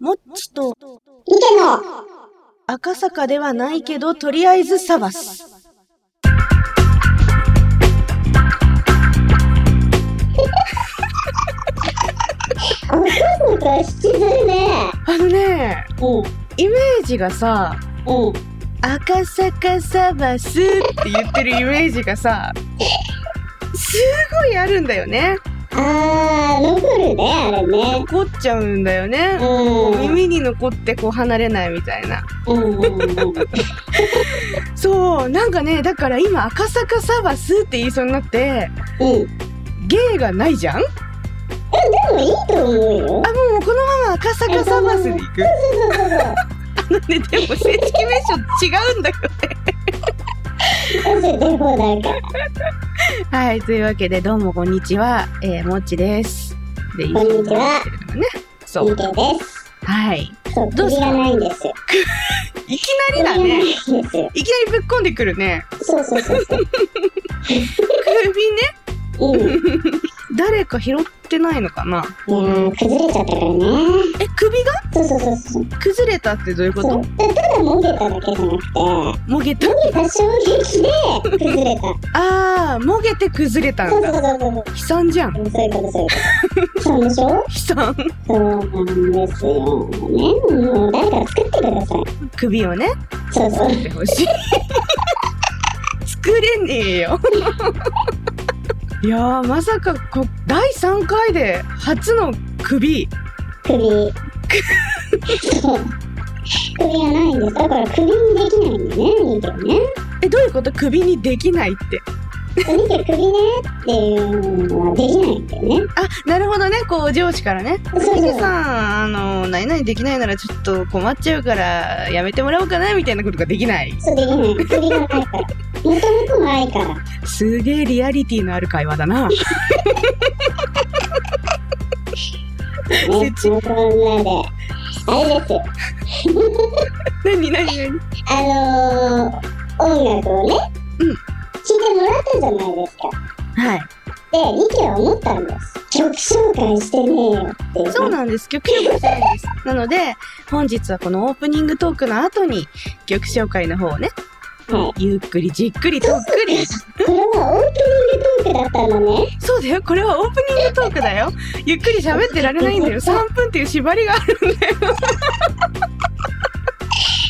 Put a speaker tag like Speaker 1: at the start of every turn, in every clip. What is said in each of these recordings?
Speaker 1: もっちと
Speaker 2: いでの
Speaker 1: 赤坂ではないけど、とりあえずサバス。
Speaker 2: なんか引きずるね
Speaker 1: あのね、
Speaker 2: おう
Speaker 1: イメージがさ、
Speaker 2: おう
Speaker 1: 赤坂サバスって言ってるイメージがさ、すごいあるんだよね。
Speaker 2: あー残るねあれね
Speaker 1: 残っちゃうんだよね。こう
Speaker 2: う
Speaker 1: 耳に残ってこう離れないみたいな。
Speaker 2: んうんうんうん
Speaker 1: そう、なんかね、だから今赤坂サバスって言いそうになって、
Speaker 2: うん
Speaker 1: 芸がないじゃんあ、も
Speaker 2: でもいいと思うよ
Speaker 1: うこのまま赤坂サバスで行く。
Speaker 2: そうそうそう
Speaker 1: なんで、でも正式名称違うんだよね。
Speaker 2: そうそうでもなんか
Speaker 1: はい、というわけで、どうもこんにちは。えー、もっちです。で、いい
Speaker 2: こんにちは
Speaker 1: ね。そ
Speaker 2: いうい。けです
Speaker 1: はい。
Speaker 2: そう
Speaker 1: どうし
Speaker 2: 首
Speaker 1: た
Speaker 2: がないんです
Speaker 1: いきな
Speaker 2: 首
Speaker 1: り
Speaker 2: が
Speaker 1: だ
Speaker 2: ないん
Speaker 1: ね。
Speaker 2: ですよ
Speaker 1: いきなりぶっこんでくるね。
Speaker 2: そうそうそうそう
Speaker 1: 首
Speaker 2: いいね
Speaker 1: ね。誰か拾ってないのかない
Speaker 2: やー崩れちゃったからね
Speaker 1: え、首が
Speaker 2: そうそうそうそう
Speaker 1: 崩れたってどういうこ
Speaker 2: そ
Speaker 1: と
Speaker 2: うたただもげただけじゃなくても
Speaker 1: もげた。
Speaker 2: げた衝撃で崩れた
Speaker 1: あー、もげて崩れた
Speaker 2: そ
Speaker 1: ん
Speaker 2: うそう
Speaker 1: だ。
Speaker 2: そうそう
Speaker 1: 悲惨じゃん。
Speaker 2: そうそういうことそういうことそうでしょ
Speaker 1: 悲惨。
Speaker 2: そうなんですよねもう誰か作ってください
Speaker 1: 首をね、
Speaker 2: そうそう
Speaker 1: 作ってほしい。作れねえよ。いやーまさかこ第3回で初の首
Speaker 2: 首そう首がないんですだから首にできないんだね見てね
Speaker 1: えどういうこと首にできないって
Speaker 2: 見て首ねっていうのはできないんだよね
Speaker 1: あなるほどねこう上司からね
Speaker 2: そうそう
Speaker 1: 「さんあの何々できないならちょっと困っちゃうからやめてもらおうかな」みたいなことができない
Speaker 2: そうできない首がないからもともとないから
Speaker 1: すげえリアリティのある会話だな切 何何何
Speaker 2: ねもうこんなであれですよあのー、音楽をね、
Speaker 1: うん
Speaker 2: 聴いてもらったじゃないですか。
Speaker 1: はい
Speaker 2: で、リキは思ったんです。曲紹介してねえよっていうね。
Speaker 1: そうなんです。曲紹介したいんです。なので、本日はこのオープニングトークの後に、曲紹介の方をね、
Speaker 2: は
Speaker 1: ゆっくりじっくりとっく り。
Speaker 2: い。これはオープニングトークだったのね。
Speaker 1: そうだよ、これはオープニングトークだよ。ゆっくり喋ってられないんだ よ。3分っていう縛りがある。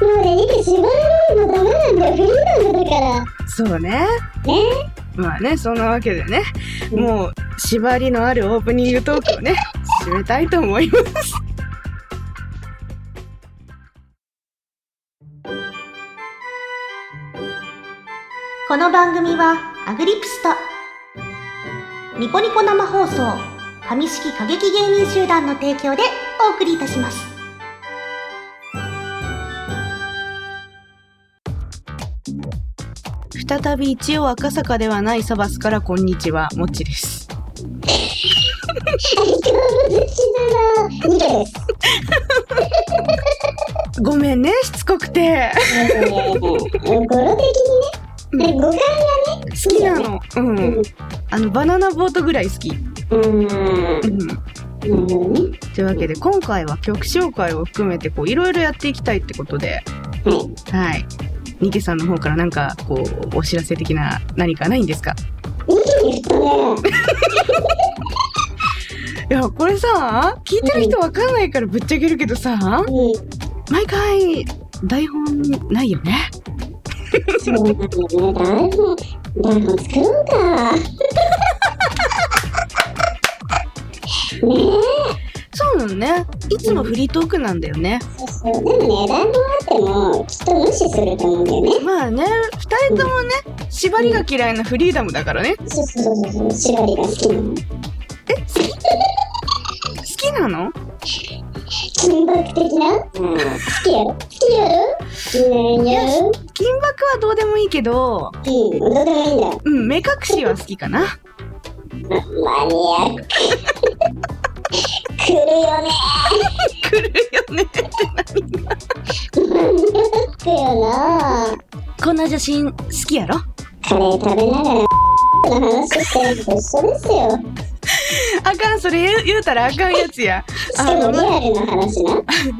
Speaker 2: もうね、リキ縛られるのダメなんだよ。フリーダムだから。
Speaker 1: そうね。
Speaker 2: ね
Speaker 1: まあね、そんなわけでね、もう、縛りのあるオープニングトークをね、締めたいと思います。
Speaker 3: この番組はアグリプスとニコニコ生放送上式過激芸人集団の提供でお送りいたします
Speaker 1: 再び一応赤坂ではないサバスからこんにちは、もっちです。
Speaker 2: 相変わらずしなら、リキです。
Speaker 1: ごめんね、しつこくて。
Speaker 2: うん語呂的にね、語感がね、
Speaker 1: 好
Speaker 2: 好
Speaker 1: きな。の。う
Speaker 2: うんん。。
Speaker 1: あのバナナボートぐらい好き。う
Speaker 2: うん。
Speaker 1: ん、
Speaker 2: なるほどね。
Speaker 1: というわけで今回は曲紹介を含めてこういろいろやっていきたいってことで、
Speaker 2: はい。
Speaker 1: はい。ニケさんの方からなんかこうお知らせ的な何かないんですか。
Speaker 2: リキに振ったね。
Speaker 1: いやこれさ聞いてる人わかんないからぶっちゃけるけどさ
Speaker 2: うん。
Speaker 1: 毎回台本ないよね。
Speaker 2: そうなんだよね。台本、台本作ろうか。ねえ。
Speaker 1: そうなのね。いつもフリートークなんだよね。
Speaker 2: そうそう。でもね、台本あっても、きっと無視すると思うんだよね。
Speaker 1: まあね二人ともね縛りが嫌いなフリーダムだからね。
Speaker 2: そうそうそうそう。縛りが好きなの。
Speaker 1: 好きなの？
Speaker 2: 金箔的な。うん。好きやろ。好きやろ。好きなんやろ。
Speaker 1: 金箔はどうでもいいけど、
Speaker 2: うん。どうでもいいんだよ。
Speaker 1: うん目隠しは好き かな。
Speaker 2: マニアック。来るよね。
Speaker 1: 来るよね。
Speaker 2: 来るよな。
Speaker 1: こんな写真好きやろ
Speaker 2: カレー食べながらの話してるのと一緒ですよ。
Speaker 1: あかん、それ言う言うたらあかんやつ や。
Speaker 2: し
Speaker 1: あ
Speaker 2: かも
Speaker 1: の
Speaker 2: リ、アルな話 な。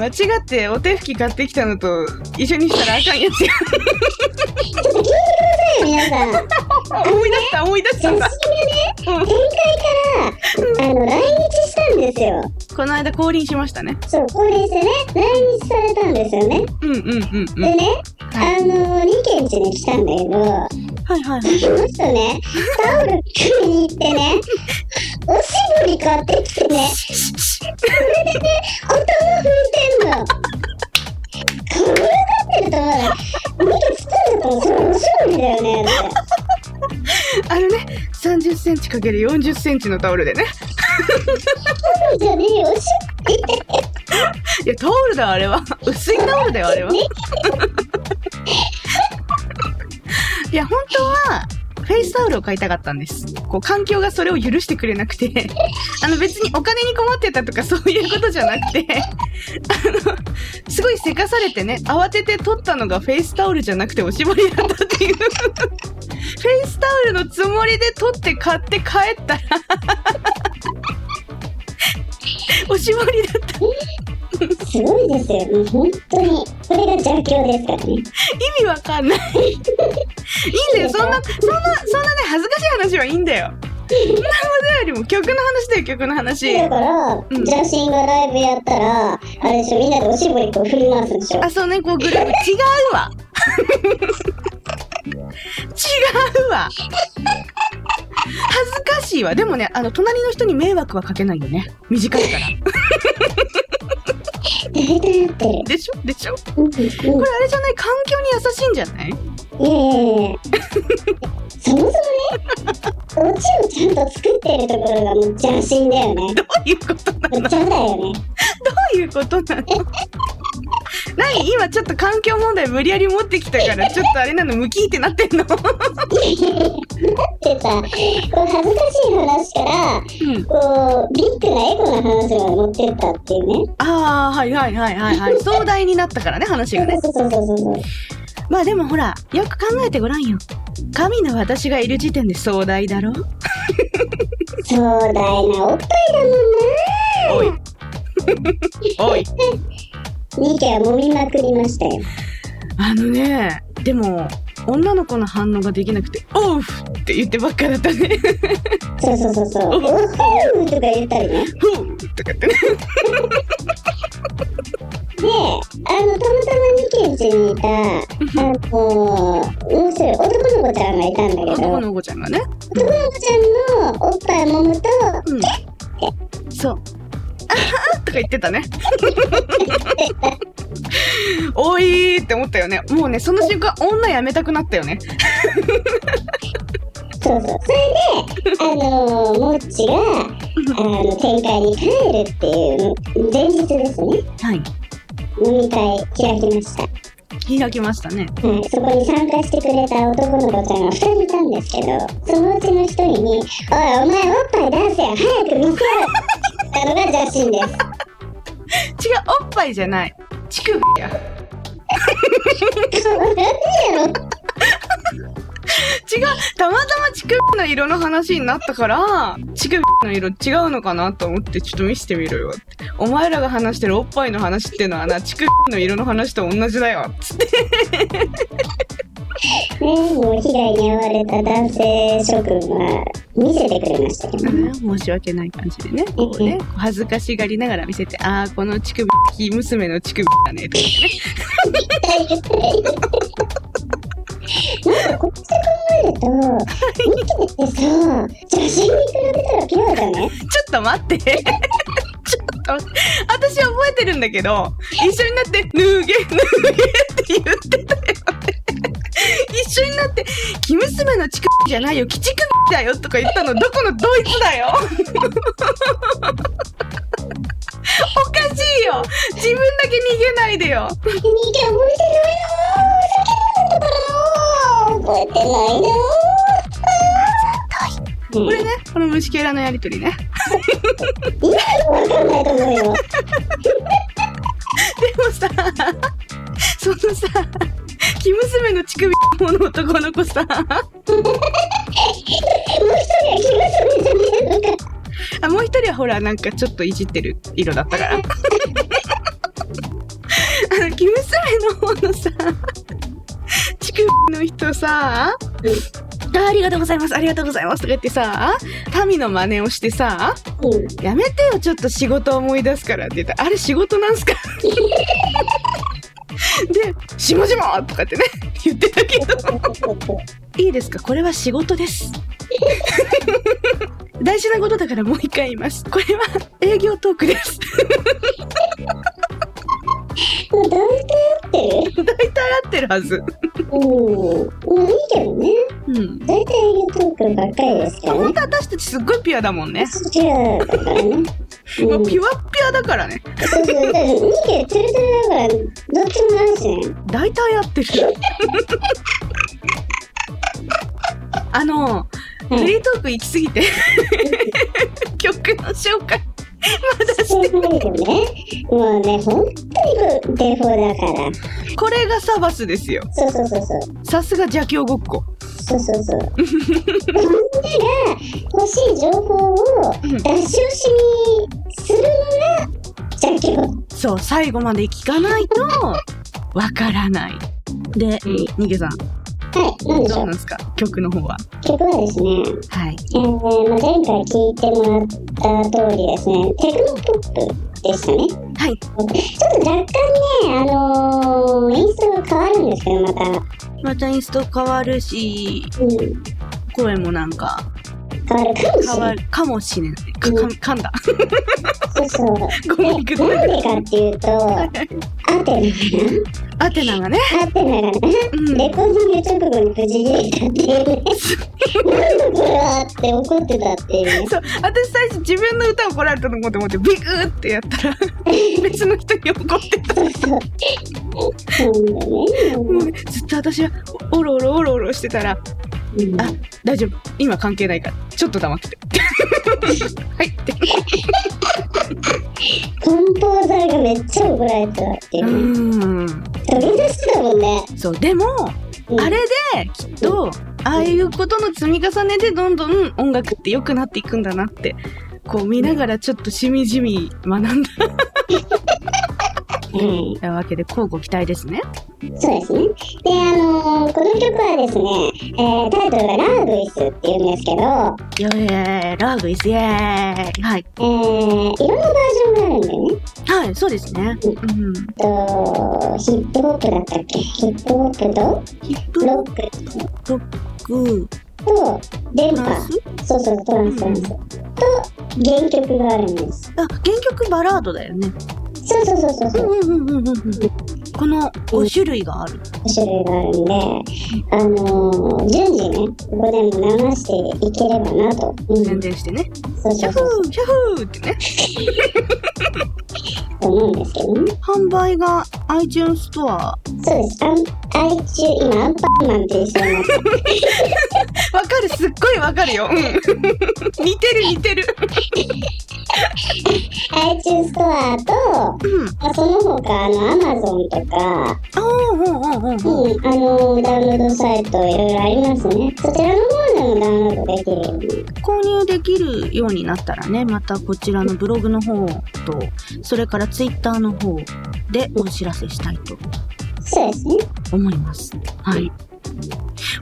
Speaker 1: 間違ってお手拭き買ってきたのと一緒にしたらあかんやつや。
Speaker 2: ちょっと聞いてくださいよ、皆さん。
Speaker 1: 思い出した、思い出し
Speaker 2: 雑誌
Speaker 1: た
Speaker 2: がね。、
Speaker 1: うん
Speaker 2: 展開から、あの、来日したんですよ。
Speaker 1: この間降臨しましたね。
Speaker 2: そう、これですよね。来日されたんですよね。
Speaker 1: うんうんうんうん。
Speaker 2: でね、あの、ニケンチに来たんだけど、あ
Speaker 1: はいはい。
Speaker 2: の人ね、タオル組みに行ってね、おしぼり買ってきてね、頭拭いてんの。こぶらかってると思うよ。ニケンチ作ると思う。それおしぼりだよね。だって
Speaker 1: あのね、30センチかける40センチのタオルでね。
Speaker 2: そうじゃねえよ、おしぼりって。
Speaker 1: いや、タオルだ、あれは。薄いタオルだよ、あれは。いや、本当は、フェイスタオルを買いたかったんです。こう、環境がそれを許してくれなくて、 あの、別にお金に困ってたとかそういうことじゃなくて、 あの、すごいせかされてね、慌てて取ったのがフェイスタオルじゃなくておしぼりだったっていう。フ ェイスタオルのつもりで取って買って帰ったら、 おしぼりだった。
Speaker 2: すごいですよ、もう本当に。これが邪教ですからね。
Speaker 1: 意味わかんない。いいんだよ、そんな、そんな、そんなね、恥ずかしい話はいいんだよ。そんなことよりも曲の話だよ、曲の話。
Speaker 2: だから、
Speaker 1: うん
Speaker 2: ジャシンがライブやったら、あれでしょ、みんなでおしぼりこう振り回すでしょ。
Speaker 1: あ、そうね、こうグループ違うわ。違うわ。恥ずかしいわ。でもね、あの、隣の人に迷惑はかけないよね。短いから。
Speaker 2: 大体合ってる。
Speaker 1: でしょでしょこ
Speaker 2: うんうん
Speaker 1: れあれじゃない環境に優しいんじゃない
Speaker 2: いやいやいやそもそもね、オチをちゃんと作ってるところがもう邪神だよね。
Speaker 1: どういうことなの
Speaker 2: 邪だよね。
Speaker 1: どういうことなの何今ちょっと環境問題無理やり持ってきたからちょっとあれなのムキーってなってんの
Speaker 2: でさ、こう恥ずかしい話から、
Speaker 1: うん
Speaker 2: こう、ビッグなエコな話まで持ってったっていうね。
Speaker 1: ああはいはいはいはいはい壮大になったからね話がね
Speaker 2: そうそうそうそうそう。
Speaker 1: まあでもほらよく考えてごらんよ神の私がいる時点で壮大だろ
Speaker 2: 壮大なおっぱいだもん
Speaker 1: おい おい
Speaker 2: な。ニケは揉みまくりましたよ。
Speaker 1: あのねでも女の子の反応ができなくて「オウフ!」って言ってばっかだったね
Speaker 2: そうそうそうそう。おはようとか言ったりね。で、
Speaker 1: 「フ ー!」とかってね
Speaker 2: あの、たまたまニケんちにいた、あの、もう一人男の子ちゃんがいたんだけ
Speaker 1: 男
Speaker 2: ど、男の
Speaker 1: の子ちゃんがね
Speaker 2: 子ちゃんのおっぱい揉むと、
Speaker 1: うん。そう。 あはーとか言ってたね。 おいーって思ったよね。もうね、その瞬間、女やめたくなったよね。
Speaker 2: そうそう。それで、あの、もっちが、あの、展開に帰るっていう、前日ですね、
Speaker 1: はい。
Speaker 2: 飲み会開きました。
Speaker 1: 開きましたね。
Speaker 2: はい、そこに参加してくれた男の子ちゃんが2人いたんですけどそのうちの1人に「おいお前おっぱい出せよ早く見せろ」ったのが邪神で
Speaker 1: 違
Speaker 2: す
Speaker 1: う、おっぱいじゃない。乳首や。違う、
Speaker 2: そうなんでやろ
Speaker 1: たまたま乳首の色の話になったから、乳首の色違うのかなと思って、ちょっと見せてみろよって。お前らが話してるおっぱいの話ってのはな、乳首の色の話と同じだよ。つって。
Speaker 2: ねもう被害に遭われた男性諸君は見せてくれましたけどね
Speaker 1: 申し訳ない感じでね。こうね、恥ずかしがりながら見せて、あー、この乳首、娘の乳首だね、と か。
Speaker 2: 絶対言ったらいいなんかこうして考えるとニキビってさ邪神に比べたらピュアじゃね
Speaker 1: ちょっと待って。 ちょっと待って。私覚えてるんだけど、一緒になって、脱げ、脱げって言ってたよね。一緒になって、生娘の乳首じゃないよ、鬼乳首だよとか言ったの、どこのドイツだよ。 おかしいよ。自分だけ逃げないでよ。
Speaker 2: ニキ覚えてないなー酒飲んだからなー覚えてないなー
Speaker 1: これね、この虫けらのやりとりね。
Speaker 2: 今でもわかんないと思う
Speaker 1: で
Speaker 2: よ。
Speaker 1: もさ、そのさ、生娘の乳首の男の子さ、
Speaker 2: もう一人は気がするんじゃねえのか。
Speaker 1: あもう一りはほら、なんかちょっといじってる色だったから。あの、生娘の方のさ、地区の人さ、あありがとうございます、ありがとうございますとか言ってさ、民の真似をしてさ、
Speaker 2: うん。
Speaker 1: やめてよ、ちょっと仕事思い出すからって言ったら、あれ仕事なんすか で、しもじもとかってね、言ってたけど。いいですかこれは仕事 です。大事なことだからもう一回言います。これは営業トークです。
Speaker 2: もう大体合って
Speaker 1: 大
Speaker 2: る。
Speaker 1: 体合ってるはず。
Speaker 2: うん。まあいいけどね。
Speaker 1: うん。
Speaker 2: 大体営業トークばっかりですから
Speaker 1: 本
Speaker 2: ね。
Speaker 1: 当私たちすっごいピュアだもんね。
Speaker 2: そちらだからね。うん。そ
Speaker 1: も
Speaker 2: う
Speaker 1: うピ
Speaker 2: そう。
Speaker 1: ュアピュアだからね。
Speaker 2: そうそう見て、ツルツルだから、どっちもあるしね。
Speaker 1: 大体合ってる。あの、フリートーク行き過ぎ て、曲の紹介。
Speaker 2: そうそうね。もうね、本当にこう、デフォだから。
Speaker 1: これがサバスですよ。
Speaker 2: そうそうそうそう。
Speaker 1: さすが邪教ごっこ。
Speaker 2: そうそうそう。みんなが欲しい情報を出し惜しみするのが邪気を。
Speaker 1: そう、最後まで聞かないと、わからない。で、にげさん、
Speaker 2: はい、なんでし
Speaker 1: ど
Speaker 2: ょ
Speaker 1: う
Speaker 2: う
Speaker 1: なん。ですか曲の方は。
Speaker 2: 曲はですね、
Speaker 1: はい。
Speaker 2: えーまあ、前回聞いてもらった通りですね、テクノポップでしたね。
Speaker 1: はい。
Speaker 2: ちょっと若干ね、あのー、インストが変わるんですけど、また。
Speaker 1: またインスト変わるし、
Speaker 2: うん、
Speaker 1: 声もなんか、
Speaker 2: 変わるかもし
Speaker 1: 変
Speaker 2: れな
Speaker 1: わ
Speaker 2: い。
Speaker 1: るかもしれない。か、かん、噛んだ。
Speaker 2: そうそう。
Speaker 1: ごめんくださ
Speaker 2: でないんでかっていうと、アテ
Speaker 1: アテナがね。
Speaker 2: ナがな、アテナがな、
Speaker 1: うん。
Speaker 2: レコーディング直後に無事入れたっていうね。なんだこれはって怒ってたっていうね。
Speaker 1: そう、私最初自分の歌怒られたと思って思って、ビクーってやったら、別の人に怒ってた。
Speaker 2: そうそう。なん
Speaker 1: も
Speaker 2: だ
Speaker 1: う
Speaker 2: ね。
Speaker 1: ね、ずっと私は、おろおろおろおろしてたら、
Speaker 2: うん
Speaker 1: あ大丈夫今関係ないからちょっと黙って てはいって
Speaker 2: コンポーザーがめっちゃ怒られたっていううね。
Speaker 1: ん
Speaker 2: 飛び出してたもんね。
Speaker 1: そうでも、
Speaker 2: うん
Speaker 1: あれできっとああいうことの積み重ねでどんどん音楽って良くなっていくんだなってこう見ながらちょっとしみじみ学ん
Speaker 2: はい。
Speaker 1: だわけで交互期待ですね
Speaker 2: そうですね。で、あのーこの曲はですね、えータイトルがラーグイスっていうんですけど、
Speaker 1: イエーイラグイスイエーイはい
Speaker 2: えーいろんなバージョンがあるんだよね。
Speaker 1: はいそうですねうん
Speaker 2: と、ヒップホップだったっけヒップホップと、
Speaker 1: ヒップ
Speaker 2: ロ
Speaker 1: ロ
Speaker 2: ック
Speaker 1: ック
Speaker 2: と、電
Speaker 1: ダン
Speaker 2: 波。
Speaker 1: ス
Speaker 2: そうそう、トランストランス。と、原曲があるんです。
Speaker 1: あ原曲バラードだよね
Speaker 2: そうそうそうそう
Speaker 1: う
Speaker 2: そう。
Speaker 1: んうんうんうんうんうんこの5種類がある
Speaker 2: 種類があるんで、あのー、順次ね、ここでも流していければなと。うん、
Speaker 1: 宣伝してね。
Speaker 2: そう
Speaker 1: シ
Speaker 2: そ
Speaker 1: ャ
Speaker 2: う
Speaker 1: フ
Speaker 2: そう、
Speaker 1: ーシャフーってね。
Speaker 2: と思うんですけどね。
Speaker 1: 販売が iTunes ストア。わ
Speaker 2: そうです。アン、アイチュ、今、アンパンマンっていう人になって、
Speaker 1: かる、すっごいわかるよ。うん似てる似てる。
Speaker 2: アイチューストアと、
Speaker 1: うん。
Speaker 2: まあ、その他、あの、アマゾンとか、
Speaker 1: あーうんうんうんうん。
Speaker 2: うん、あのー、ダウンロードサイトいろいろありますね。そちらの方でもダウンロードできるように。
Speaker 1: 購入できるようになったらね、またこちらのブログの方と、それから Twitter の方でお知らせしたいと
Speaker 2: そうですね。
Speaker 1: 思います。はい。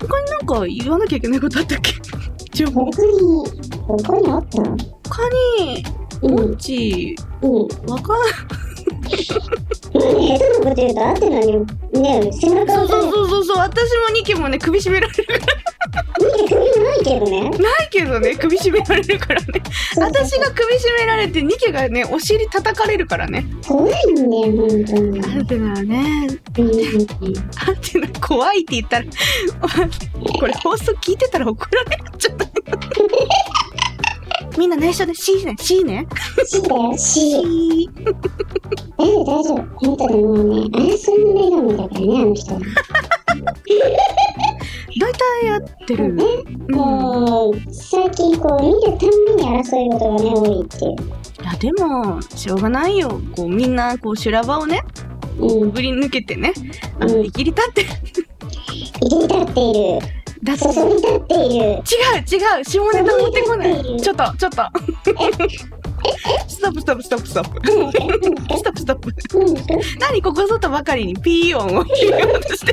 Speaker 1: 他になんか言わなきゃいけないことあったっけ 情報
Speaker 2: 他に、他にあった
Speaker 1: 他に、
Speaker 2: う
Speaker 1: オ
Speaker 2: ん
Speaker 1: ッ、チ、
Speaker 2: うん。
Speaker 1: わかん
Speaker 2: 下手なこと言うとあってのにね背中
Speaker 1: そ
Speaker 2: を
Speaker 1: うそ
Speaker 2: 押
Speaker 1: う
Speaker 2: さ
Speaker 1: そうそうそう、私もニキもね、首絞められる。
Speaker 2: れて首もないけどね
Speaker 1: ないけどね、首絞められるからね。私が首絞められて、ニケがね、お尻叩かれるからね。
Speaker 2: 怖いんだよ本当に
Speaker 1: アテナはね、
Speaker 2: うん
Speaker 1: アテナ怖いって言 ったら、これ放送聞いてたら怒られるんじゃないみんな内緒で C ね、C ね。
Speaker 2: 死だよ死
Speaker 1: C。
Speaker 2: 大丈夫大丈夫本当にもうね争いの女神だからねあの人は
Speaker 1: 大体やってる。うん。
Speaker 2: もう最近こう見るたんびに争い事がね多いっ
Speaker 1: い
Speaker 2: てい
Speaker 1: や、でも、しょうがないよ。こう、みんな、こう、修羅場をね、
Speaker 2: ううん
Speaker 1: ぶり抜けてね、あの、生きり立って、
Speaker 2: 入り立っている
Speaker 1: だって、
Speaker 2: 注ぎ立ってい
Speaker 1: 違う
Speaker 2: る
Speaker 1: 違う下ネタ持ってこないちょっとちょっと ストップストップストップストップ。
Speaker 2: 何です
Speaker 1: スト
Speaker 2: か
Speaker 1: ップストップ。
Speaker 2: 何ですか
Speaker 1: 何ここぞとばかりにピー音を言おうとして。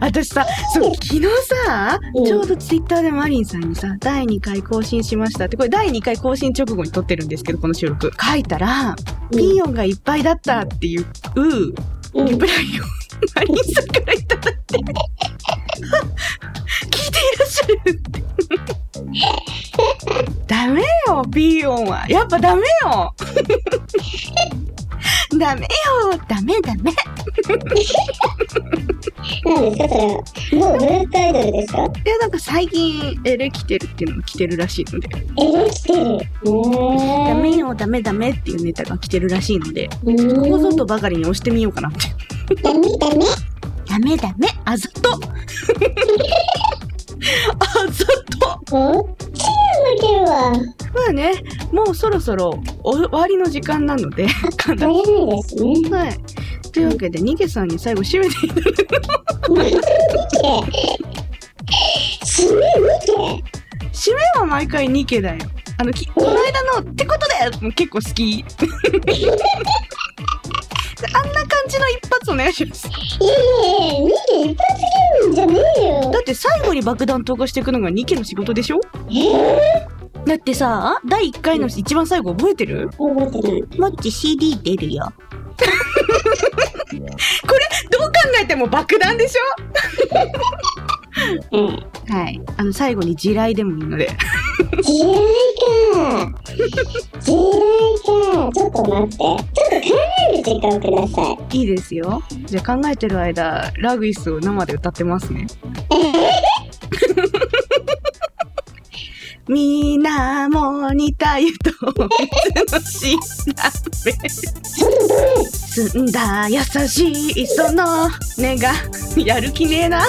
Speaker 1: 私さ、そう、昨日さ、
Speaker 2: うん
Speaker 1: ちょうどツイッターでマリンさんにさ、第2回更新しましたって、これ第2回更新直後に撮ってるんですけど、この収録。書いたら、
Speaker 2: うん
Speaker 1: ピー音がいっぱいだったっていう、
Speaker 2: うん
Speaker 1: リプライをマリンさんからいただいて。 聞いていらっしゃるって。ダメよ、ピー音は。やっぱダメよ。 ダメよ、ダメダメ。
Speaker 2: 何ですかそれはもうブラックアイドルですか
Speaker 1: いや、なんか最近、エレ来てるっていうのが来てるらしいので、
Speaker 2: えできてるねえ
Speaker 1: ダメよ、ダメダメっていうネタが来てるらしいので、
Speaker 2: うん
Speaker 1: ここぞとばかりに押してみようかなって。
Speaker 2: ダメダメ
Speaker 1: ダメダメ、 あざとあざと
Speaker 2: こっちやんけは
Speaker 1: まあね、もうそろそろお終わりの時間なので、かな
Speaker 2: 早いですね
Speaker 1: はい。というわけで、ニゲさんに最後締めていただ き
Speaker 2: 見てすごい見て
Speaker 1: 締めは毎回ニケだよ。あの、きこの間の、ってことでもう結構好 き。あんな感じの一発お願いします。
Speaker 2: いやいやいや見て一発ギャグじゃねえよ
Speaker 1: だって最後に爆弾投下していくのがニケの仕事でしょ
Speaker 2: え
Speaker 1: だってさ、第1回の一番最後覚えてる
Speaker 2: ー、覚えてない
Speaker 3: もっち CD 出 るよ。
Speaker 1: どう考えても爆弾でし
Speaker 2: うん
Speaker 1: ょはい。あの、最後に地雷でもいいので。
Speaker 2: 地雷か地雷かちょっと待ってちょっと考える時間ください
Speaker 1: いいですよ。じゃあ考えてる間、ラグイスを生で歌ってますね。みんなも似た湯と 水の調べ澄んだ優しいその根がやる気ねえな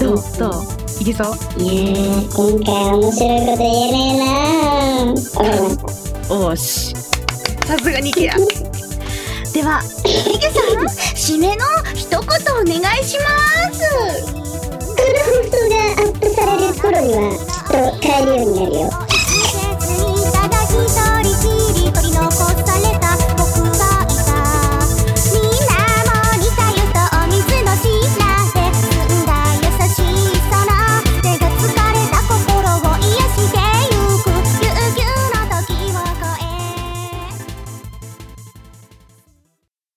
Speaker 1: どうどういけそう
Speaker 2: いやー今回面白いこと言えねえなーわかりました
Speaker 1: おーしさすがにケア
Speaker 3: では、ニケさん、締めの一言お願いします。
Speaker 2: この放送がアップされる頃にはきっと買えるようになるよ